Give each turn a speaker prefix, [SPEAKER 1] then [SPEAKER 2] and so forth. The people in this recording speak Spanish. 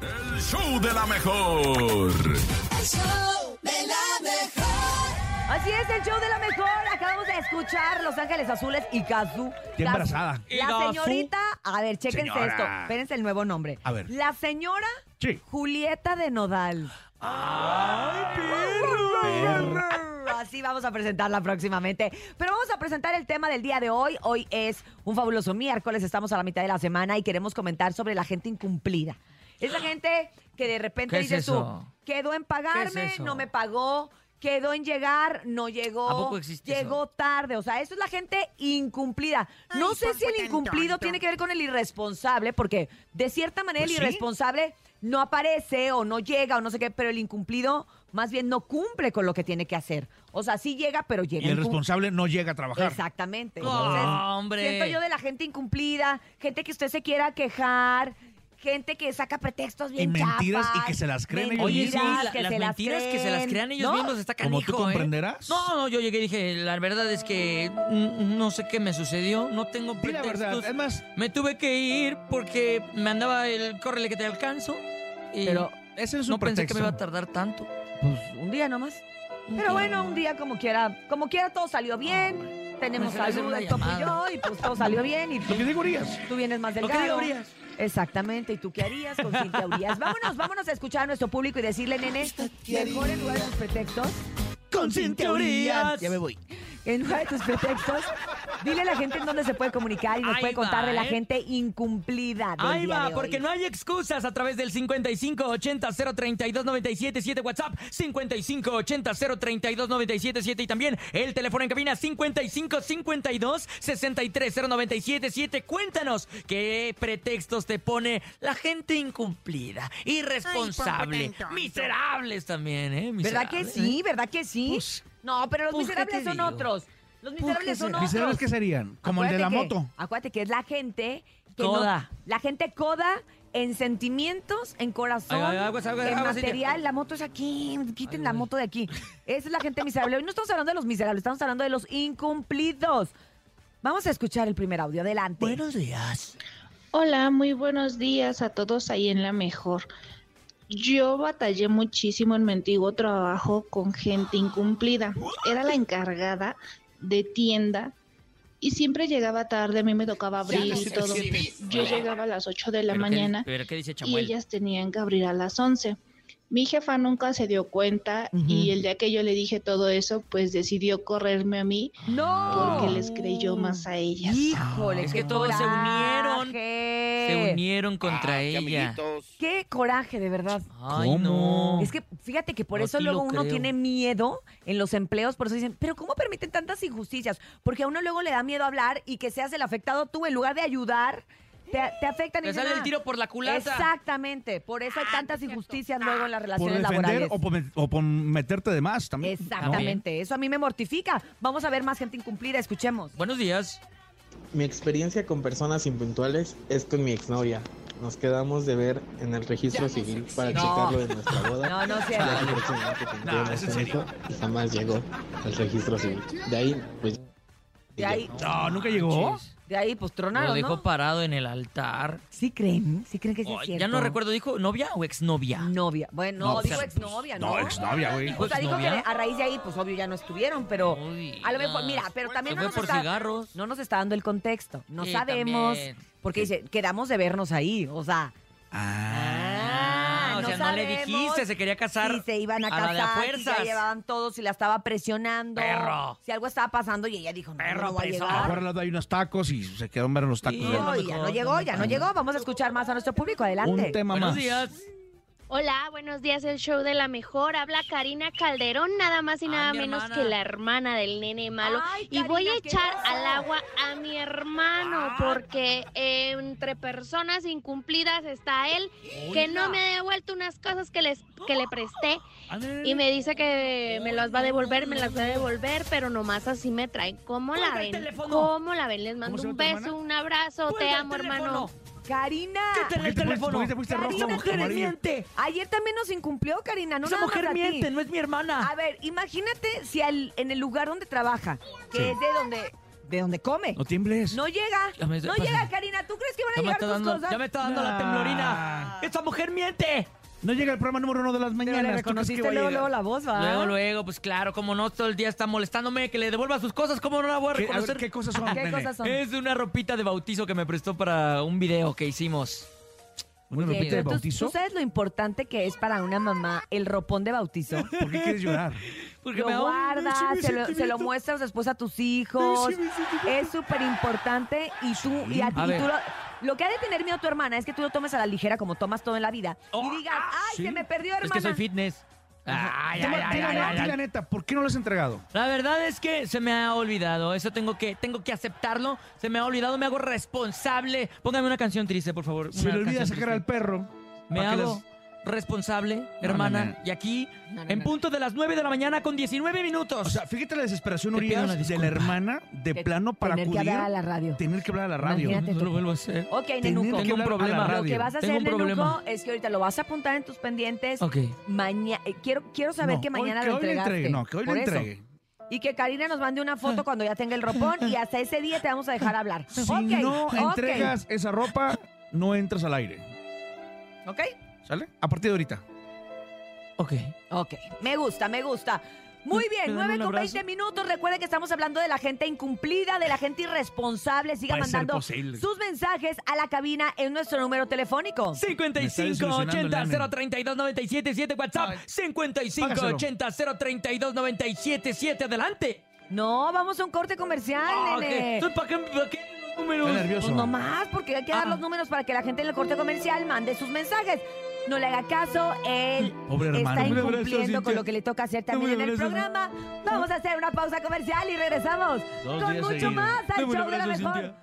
[SPEAKER 1] El show de la mejor.
[SPEAKER 2] El show de la mejor.
[SPEAKER 3] Así es, el show de la mejor. Acabamos de escuchar Los Ángeles Azules y Kazu.
[SPEAKER 4] Está embarazada.
[SPEAKER 3] La señorita, a ver, chéquense
[SPEAKER 4] Señora.
[SPEAKER 3] esto. Espérense el nuevo nombre.
[SPEAKER 4] A ver.
[SPEAKER 3] La señora
[SPEAKER 4] Sí.
[SPEAKER 3] Julieta de Nodal. Así vamos a presentarla próximamente. Pero vamos a presentar el tema del día de hoy. Hoy es un fabuloso miércoles, estamos a la mitad de la semana y queremos comentar sobre la gente incumplida. Esa gente que de repente
[SPEAKER 5] ¿Qué es
[SPEAKER 3] dices tú,
[SPEAKER 5] eso?
[SPEAKER 3] quedó en pagarme,
[SPEAKER 5] eso?
[SPEAKER 3] no me pagó, quedó en llegar, no llegó,
[SPEAKER 5] ¿A poco existe
[SPEAKER 3] llegó tarde. O sea, eso es la gente incumplida. no sé si el incumplido tiene que ver con el irresponsable, porque de cierta manera
[SPEAKER 5] Pues
[SPEAKER 3] el irresponsable no aparece o no llega o no sé qué, pero el incumplido más bien no cumple con lo que tiene que hacer. O sea, sí llega, pero llega.
[SPEAKER 4] Y el
[SPEAKER 3] incum-
[SPEAKER 4] responsable no llega a trabajar.
[SPEAKER 3] Exactamente.
[SPEAKER 5] No, hombre.
[SPEAKER 3] Siento yo de la gente incumplida, gente que usted se quiera quejar, gente que saca pretextos bien
[SPEAKER 4] mentiras y
[SPEAKER 3] chafas,
[SPEAKER 4] que se las creen ellos
[SPEAKER 5] Oye, sí,
[SPEAKER 4] mismos.
[SPEAKER 3] mentiras
[SPEAKER 5] la-
[SPEAKER 3] que
[SPEAKER 5] las
[SPEAKER 3] se
[SPEAKER 5] mentiras que se las crean ellos
[SPEAKER 3] ¿no?
[SPEAKER 5] mismos está
[SPEAKER 4] Como
[SPEAKER 5] canijo,
[SPEAKER 4] tú
[SPEAKER 5] ¿eh?
[SPEAKER 4] comprenderás.
[SPEAKER 5] No, no, yo llegué y dije, la verdad es que mm, no sé qué me sucedió, no tengo
[SPEAKER 4] Di la
[SPEAKER 5] pretextos.
[SPEAKER 4] verdad. Es más,
[SPEAKER 5] Me tuve que ir porque me andaba el córrele que te alcanzo y
[SPEAKER 3] Pero
[SPEAKER 4] eh, ese es un
[SPEAKER 5] no pensé que
[SPEAKER 4] pretexto.
[SPEAKER 5] me iba a tardar tanto.
[SPEAKER 3] pues, un día nomás. Pero bueno, un día como quiera, como quiera todo
[SPEAKER 5] Ah,
[SPEAKER 3] salió bien. Tenemos
[SPEAKER 5] Me salió
[SPEAKER 3] salud,
[SPEAKER 5] Pues, una
[SPEAKER 3] el topo y yo,
[SPEAKER 5] llamada.
[SPEAKER 3] y pues todo salió bien. Y tú,
[SPEAKER 4] Lo que digo, Urias.
[SPEAKER 3] tú vienes más
[SPEAKER 5] Lo que
[SPEAKER 3] delgado.
[SPEAKER 5] diga Urias.
[SPEAKER 3] Exactamente, ¿y tú qué harías con Cintia Urias? Vámonos, vámonos a escuchar a nuestro público y decirle, nene, mejor en lugar de tus pretextos,
[SPEAKER 4] Con
[SPEAKER 5] cinturías.
[SPEAKER 4] Ya me voy.
[SPEAKER 3] en lugar de tus pretextos, dile a la gente en dónde se puede comunicar y nos
[SPEAKER 5] Ahí
[SPEAKER 3] puede contar
[SPEAKER 5] va,
[SPEAKER 3] de la
[SPEAKER 5] ¿eh?
[SPEAKER 3] gente incumplida. del
[SPEAKER 5] Ahí
[SPEAKER 3] día
[SPEAKER 5] va,
[SPEAKER 3] de hoy.
[SPEAKER 5] porque no hay excusas a través del 5580-032-977 WhatsApp, 5580-032-977 y también el teléfono en cabina 5552-630977. Cuéntanos qué pretextos te pone la gente incumplida, irresponsable, miserables también, ¿eh?
[SPEAKER 3] ¿Verdad
[SPEAKER 5] Miserables,
[SPEAKER 3] que
[SPEAKER 5] ¿eh?
[SPEAKER 3] sí? ¿Verdad que sí?
[SPEAKER 5] Pues,
[SPEAKER 3] no, pero los
[SPEAKER 5] pues, ¿qué
[SPEAKER 3] miserables
[SPEAKER 5] te
[SPEAKER 3] son
[SPEAKER 5] digo?
[SPEAKER 3] otros. Los miserables son otros.
[SPEAKER 4] ¿Miserables qué serían? Como el de la
[SPEAKER 3] Acuérdate que-
[SPEAKER 4] moto.
[SPEAKER 3] Acuérdate que es la gente que
[SPEAKER 5] Coda.
[SPEAKER 3] no- la gente coda en sentimientos, en corazón,
[SPEAKER 5] Ahí va, ahí va, aguas, aguas,
[SPEAKER 3] en
[SPEAKER 5] aguas,
[SPEAKER 3] material.
[SPEAKER 5] Cintia.
[SPEAKER 3] La moto es aquí. Quiten
[SPEAKER 5] Ay,
[SPEAKER 3] la
[SPEAKER 5] güey.
[SPEAKER 3] moto de aquí. Esa es la gente miserable. Hoy no estamos hablando de los miserables, estamos hablando de los incumplidos. Vamos a escuchar el primer audio. Adelante.
[SPEAKER 5] Buenos días.
[SPEAKER 6] Hola, muy buenos días a todos ahí en la mejor. Yo batallé muchísimo en mi antiguo trabajo con gente incumplida. Era la encargada de tienda y siempre llegaba tarde, a mí me tocaba abrir y todo. Yo llegaba a las 8 de
[SPEAKER 5] ¿Pero
[SPEAKER 6] la
[SPEAKER 5] qué-
[SPEAKER 6] mañana
[SPEAKER 5] ¿Pero qué dice
[SPEAKER 6] y
[SPEAKER 5] Chamuel?
[SPEAKER 6] ellas tenían que abrir a las 11. Mi jefa nunca se dio cuenta y el día que yo le dije todo eso, pues decidió correrme a mí
[SPEAKER 3] No.
[SPEAKER 6] porque les creyó más a ellas.
[SPEAKER 3] Híjole,
[SPEAKER 5] Es
[SPEAKER 3] qué
[SPEAKER 5] que todos se unieron.
[SPEAKER 3] coraje.
[SPEAKER 5] Se unieron contra
[SPEAKER 7] Ah, qué
[SPEAKER 5] ella.
[SPEAKER 7] amiguitos.
[SPEAKER 3] Qué coraje, de verdad.
[SPEAKER 5] Ay,
[SPEAKER 4] ¿Cómo?
[SPEAKER 5] no.
[SPEAKER 3] Es que fíjate que por
[SPEAKER 5] No,
[SPEAKER 3] eso
[SPEAKER 5] sí lo
[SPEAKER 3] luego uno
[SPEAKER 5] creo.
[SPEAKER 3] tiene miedo en los empleos, por eso dicen, pero ¿cómo permiten tantas injusticias? Porque a uno luego le da miedo hablar y que seas el afectado tú en lugar de ayudar, te, te afectan y
[SPEAKER 5] Te
[SPEAKER 3] dicen,
[SPEAKER 5] sale el
[SPEAKER 3] "Ah,
[SPEAKER 5] tiro por la culata. Ah,
[SPEAKER 3] Exactamente, por eso hay tantas injusticias luego en las
[SPEAKER 4] Por
[SPEAKER 3] relaciones
[SPEAKER 4] defender
[SPEAKER 3] laborales.
[SPEAKER 4] o por, met- o por meterte de más también.
[SPEAKER 5] Ah,
[SPEAKER 3] Exactamente, eso a mí me mortifica. Vamos a ver más gente incumplida, escuchemos.
[SPEAKER 5] Buenos días.
[SPEAKER 8] Mi experiencia con personas impuntuales es con mi exnovia. Nos quedamos de ver en el registro civil para
[SPEAKER 3] No.
[SPEAKER 8] checarlo de nuestra boda.
[SPEAKER 3] No, no es cierto.
[SPEAKER 8] Ya la próxima vez que cumplió
[SPEAKER 4] No, es en serio.
[SPEAKER 8] 18 y jamás llegó al registro civil. De ahí, pues.
[SPEAKER 3] De ahí,
[SPEAKER 4] No, nunca llegó.
[SPEAKER 5] Manches.
[SPEAKER 3] de ahí pues
[SPEAKER 5] Lo
[SPEAKER 3] tronaron,
[SPEAKER 5] dejó
[SPEAKER 3] ¿no?
[SPEAKER 5] parado en el altar.
[SPEAKER 3] Sí creen, sí creen que sí es
[SPEAKER 5] Ay,
[SPEAKER 3] cierto.
[SPEAKER 5] ya no recuerdo, dijo novia o exnovia.
[SPEAKER 3] Novia, bueno,
[SPEAKER 5] No,
[SPEAKER 3] no,
[SPEAKER 5] pues,
[SPEAKER 3] digo
[SPEAKER 5] pues,
[SPEAKER 3] exnovia, ¿no?
[SPEAKER 4] No, exnovia, güey.
[SPEAKER 3] O sea, dijo que
[SPEAKER 5] ¿Exnovia?
[SPEAKER 3] a raíz de ahí, pues obvio ya no estuvieron, pero
[SPEAKER 5] Uy,
[SPEAKER 3] a lo mejor,
[SPEAKER 5] no.
[SPEAKER 3] mira, pero también
[SPEAKER 5] Se
[SPEAKER 3] no
[SPEAKER 5] fue
[SPEAKER 3] nos,
[SPEAKER 5] por
[SPEAKER 3] está,
[SPEAKER 5] cigarros.
[SPEAKER 3] no nos está dando el contexto. No
[SPEAKER 5] Sí,
[SPEAKER 3] sabemos.
[SPEAKER 5] también.
[SPEAKER 3] Porque dice, quedamos de vernos ahí. O sea,
[SPEAKER 5] Ah, o
[SPEAKER 3] no
[SPEAKER 5] sea, no le
[SPEAKER 3] sabemos
[SPEAKER 5] dijiste, se quería casar.
[SPEAKER 3] si se iban a,
[SPEAKER 5] a la
[SPEAKER 3] casar,
[SPEAKER 5] de a
[SPEAKER 3] si ya
[SPEAKER 5] fuerzas.
[SPEAKER 3] llevaban todos, si la estaba presionando.
[SPEAKER 5] Perro.
[SPEAKER 3] Si algo estaba pasando y ella dijo, no,
[SPEAKER 5] Perro,
[SPEAKER 3] no va a
[SPEAKER 5] preso.
[SPEAKER 3] llegar.
[SPEAKER 4] Ahora le doy unos tacos y se quedó en ver los tacos.
[SPEAKER 5] Sí,
[SPEAKER 4] de él.
[SPEAKER 3] No,
[SPEAKER 5] a lo
[SPEAKER 3] y ya no
[SPEAKER 5] mejor,
[SPEAKER 3] llegó,
[SPEAKER 5] no,
[SPEAKER 3] ya no
[SPEAKER 5] no.
[SPEAKER 3] llegó. Vamos a escuchar más a nuestro público. Adelante.
[SPEAKER 4] Un tema
[SPEAKER 5] Buenos
[SPEAKER 4] más.
[SPEAKER 5] días.
[SPEAKER 9] Hola, buenos días, el show de la mejor. Habla Karina Calderón, nada más y
[SPEAKER 5] Ah,
[SPEAKER 9] nada
[SPEAKER 5] mi
[SPEAKER 9] menos
[SPEAKER 5] hermana.
[SPEAKER 9] que la hermana del nene malo.
[SPEAKER 3] Ay,
[SPEAKER 9] y voy
[SPEAKER 3] Karina,
[SPEAKER 9] a
[SPEAKER 3] ¿qué
[SPEAKER 9] echar
[SPEAKER 3] pasó?
[SPEAKER 9] al agua a mi hermano,
[SPEAKER 5] Ah.
[SPEAKER 9] porque eh, entre personas incumplidas está él, que no me ha devuelto unas cosas que, les, que le presté.
[SPEAKER 5] Mm.
[SPEAKER 9] Y me dice que me las va a devolver, me las va a devolver, pero nomás así me traen. ¿Cómo la
[SPEAKER 5] Cuelga el
[SPEAKER 9] ven?
[SPEAKER 5] teléfono.
[SPEAKER 9] ¿Cómo la ven? Les
[SPEAKER 4] se
[SPEAKER 9] mando
[SPEAKER 4] llama
[SPEAKER 9] un
[SPEAKER 4] tu hermana?
[SPEAKER 9] beso, un abrazo, te amo, hermano.
[SPEAKER 3] Karina.
[SPEAKER 4] ¿Por qué te pusiste- por qué te pusiste rojo,
[SPEAKER 5] Esa mujer
[SPEAKER 4] amarillo?
[SPEAKER 5] miente.
[SPEAKER 3] Ayer también nos incumplió, Karina. No
[SPEAKER 5] Esa
[SPEAKER 3] nada más a
[SPEAKER 5] mujer
[SPEAKER 3] ti.
[SPEAKER 5] miente, no es mi
[SPEAKER 3] A
[SPEAKER 5] hermana.
[SPEAKER 3] ver, imagínate si al- en el lugar donde trabaja, que
[SPEAKER 4] Sí.
[SPEAKER 3] es de donde, de donde come,
[SPEAKER 4] No tiembles.
[SPEAKER 3] no llega.
[SPEAKER 5] Ya me-
[SPEAKER 3] No
[SPEAKER 5] pasa.
[SPEAKER 3] llega, Karina. ¿Tú crees que van a
[SPEAKER 5] Ya me
[SPEAKER 3] llegar
[SPEAKER 5] está
[SPEAKER 3] tus
[SPEAKER 5] dando,
[SPEAKER 3] cosas?
[SPEAKER 5] ya me está dando la
[SPEAKER 4] Nah.
[SPEAKER 5] temblorina. Esa mujer miente.
[SPEAKER 4] No llega el programa número uno de las
[SPEAKER 3] Pero le
[SPEAKER 4] mañanas. ¿tú crees que
[SPEAKER 3] reconociste
[SPEAKER 4] va a
[SPEAKER 3] luego,
[SPEAKER 4] llegar?
[SPEAKER 3] luego la voz, ¿va?
[SPEAKER 5] Luego, luego, pues claro, como no todo el día está molestándome, que le devuelva sus cosas, ¿cómo no la voy a
[SPEAKER 4] ¿Qué, a
[SPEAKER 5] reconocer?
[SPEAKER 4] ver, ¿qué cosas son,
[SPEAKER 3] ¿Qué
[SPEAKER 4] nene?
[SPEAKER 3] cosas son?
[SPEAKER 5] Es una ropita de bautizo que me prestó para un video que hicimos.
[SPEAKER 4] ¿Una
[SPEAKER 3] Oye,
[SPEAKER 4] ropita de
[SPEAKER 3] ¿tú-
[SPEAKER 4] bautizo?
[SPEAKER 3] ¿Tú sabes lo importante que es para una mamá el ropón de bautizo?
[SPEAKER 4] ¿Por qué quieres llorar?
[SPEAKER 5] Porque
[SPEAKER 3] Lo
[SPEAKER 5] me da un-
[SPEAKER 3] guardas, se lo, se lo muestras después a tus hijos. Es súper importante y tú, y a,
[SPEAKER 5] A
[SPEAKER 3] y tú
[SPEAKER 5] ver.
[SPEAKER 3] lo, lo que ha de tener miedo tu hermana es que tú lo tomes a la ligera como tomas todo en la vida y
[SPEAKER 5] Oh,
[SPEAKER 3] digas, ay,
[SPEAKER 4] sí.
[SPEAKER 3] se me perdió hermana.
[SPEAKER 5] Es que soy fitness. Ay, ay,
[SPEAKER 4] Dime-
[SPEAKER 5] ay,
[SPEAKER 4] dime
[SPEAKER 5] ay,
[SPEAKER 4] la-
[SPEAKER 5] ay,
[SPEAKER 4] dime
[SPEAKER 5] ay.
[SPEAKER 4] la neta, ¿por qué no lo has entregado?
[SPEAKER 5] La verdad es que se me ha olvidado. Eso tengo que, tengo que aceptarlo. Se me ha olvidado, me hago responsable. Póngame una canción triste, por favor.
[SPEAKER 4] Se
[SPEAKER 5] Una
[SPEAKER 4] le olvida
[SPEAKER 5] canción triste.
[SPEAKER 4] sacar al perro.
[SPEAKER 5] Me
[SPEAKER 4] para que
[SPEAKER 5] hago responsable, hermana.
[SPEAKER 4] no, no.
[SPEAKER 5] Y aquí,
[SPEAKER 3] No, no,
[SPEAKER 5] en
[SPEAKER 3] no.
[SPEAKER 5] punto de las 9 de la mañana con 19 minutos.
[SPEAKER 4] las- O sea, fíjate la desesperación,
[SPEAKER 5] Te pido
[SPEAKER 4] Urias,
[SPEAKER 5] una
[SPEAKER 4] de
[SPEAKER 5] disculpa.
[SPEAKER 4] la hermana, de
[SPEAKER 3] Que
[SPEAKER 4] plano para
[SPEAKER 3] tener que
[SPEAKER 4] acudir.
[SPEAKER 3] hablar a la radio.
[SPEAKER 4] Tener que hablar a la radio.
[SPEAKER 3] Imagínate.
[SPEAKER 5] no lo vuelvo a hacer.
[SPEAKER 3] Ok,
[SPEAKER 4] Tener
[SPEAKER 3] Nenuco.
[SPEAKER 4] que
[SPEAKER 5] Tengo un
[SPEAKER 4] hablar a la
[SPEAKER 5] problema.
[SPEAKER 3] Lo que
[SPEAKER 4] radio.
[SPEAKER 3] vas a
[SPEAKER 5] Tengo
[SPEAKER 3] hacer,
[SPEAKER 5] un problema.
[SPEAKER 3] Nenuco, es que ahorita lo vas a apuntar en tus pendientes.
[SPEAKER 5] Ok.
[SPEAKER 3] Maña- eh, quiero, quiero saber
[SPEAKER 4] No,
[SPEAKER 3] que
[SPEAKER 4] hoy-
[SPEAKER 3] mañana
[SPEAKER 4] que
[SPEAKER 3] lo
[SPEAKER 4] hoy le Ah.
[SPEAKER 3] entregaste.
[SPEAKER 4] entregue, No, que hoy lo
[SPEAKER 3] Por eso.
[SPEAKER 4] entregue.
[SPEAKER 3] Y que Karina nos mande una foto cuando ya tenga el ropón y hasta ese día te vamos a dejar hablar.
[SPEAKER 4] Si
[SPEAKER 3] ok,
[SPEAKER 4] no
[SPEAKER 3] ok,
[SPEAKER 4] entregas esa ropa, no entras al aire.
[SPEAKER 3] Ok,
[SPEAKER 4] ¿Sale? A partir de ahorita.
[SPEAKER 5] Ok.
[SPEAKER 3] ok. Me gusta, me gusta. Muy bien,
[SPEAKER 5] ¿Me dan
[SPEAKER 3] 9
[SPEAKER 5] un
[SPEAKER 3] con
[SPEAKER 5] abrazo?
[SPEAKER 3] 20 minutos. Recuerden que estamos hablando de la gente incumplida, de la gente irresponsable. Siga
[SPEAKER 4] Puede ser
[SPEAKER 3] mandando
[SPEAKER 4] posible.
[SPEAKER 3] sus mensajes a la cabina en nuestro número telefónico.
[SPEAKER 5] 55 80 032 97 7 WhatsApp 55
[SPEAKER 4] Págaselo.
[SPEAKER 5] 80 032 97 7 adelante.
[SPEAKER 3] No, vamos a un corte comercial,
[SPEAKER 5] Ah, ok.
[SPEAKER 3] nene.
[SPEAKER 5] Entonces, ¿Para qué, para qué números?
[SPEAKER 4] Estoy nervioso.
[SPEAKER 3] Pues no más, porque hay que dar
[SPEAKER 5] Ah.
[SPEAKER 3] los números para que la gente en el corte comercial mande sus mensajes. No le haga caso, él
[SPEAKER 4] Pobre
[SPEAKER 3] está
[SPEAKER 4] hermano. Dame un abrazo,
[SPEAKER 3] incumpliendo con
[SPEAKER 4] Cintia.
[SPEAKER 3] lo que le toca hacer
[SPEAKER 4] Dame un
[SPEAKER 3] también en el
[SPEAKER 4] abrazo.
[SPEAKER 3] programa. Vamos a hacer una pausa comercial y regresamos
[SPEAKER 4] Dos
[SPEAKER 3] con
[SPEAKER 4] días
[SPEAKER 3] mucho
[SPEAKER 4] seguidos.
[SPEAKER 3] más al
[SPEAKER 4] Dame un
[SPEAKER 3] show de la
[SPEAKER 4] abrazo,
[SPEAKER 3] mejor.
[SPEAKER 4] Cintia.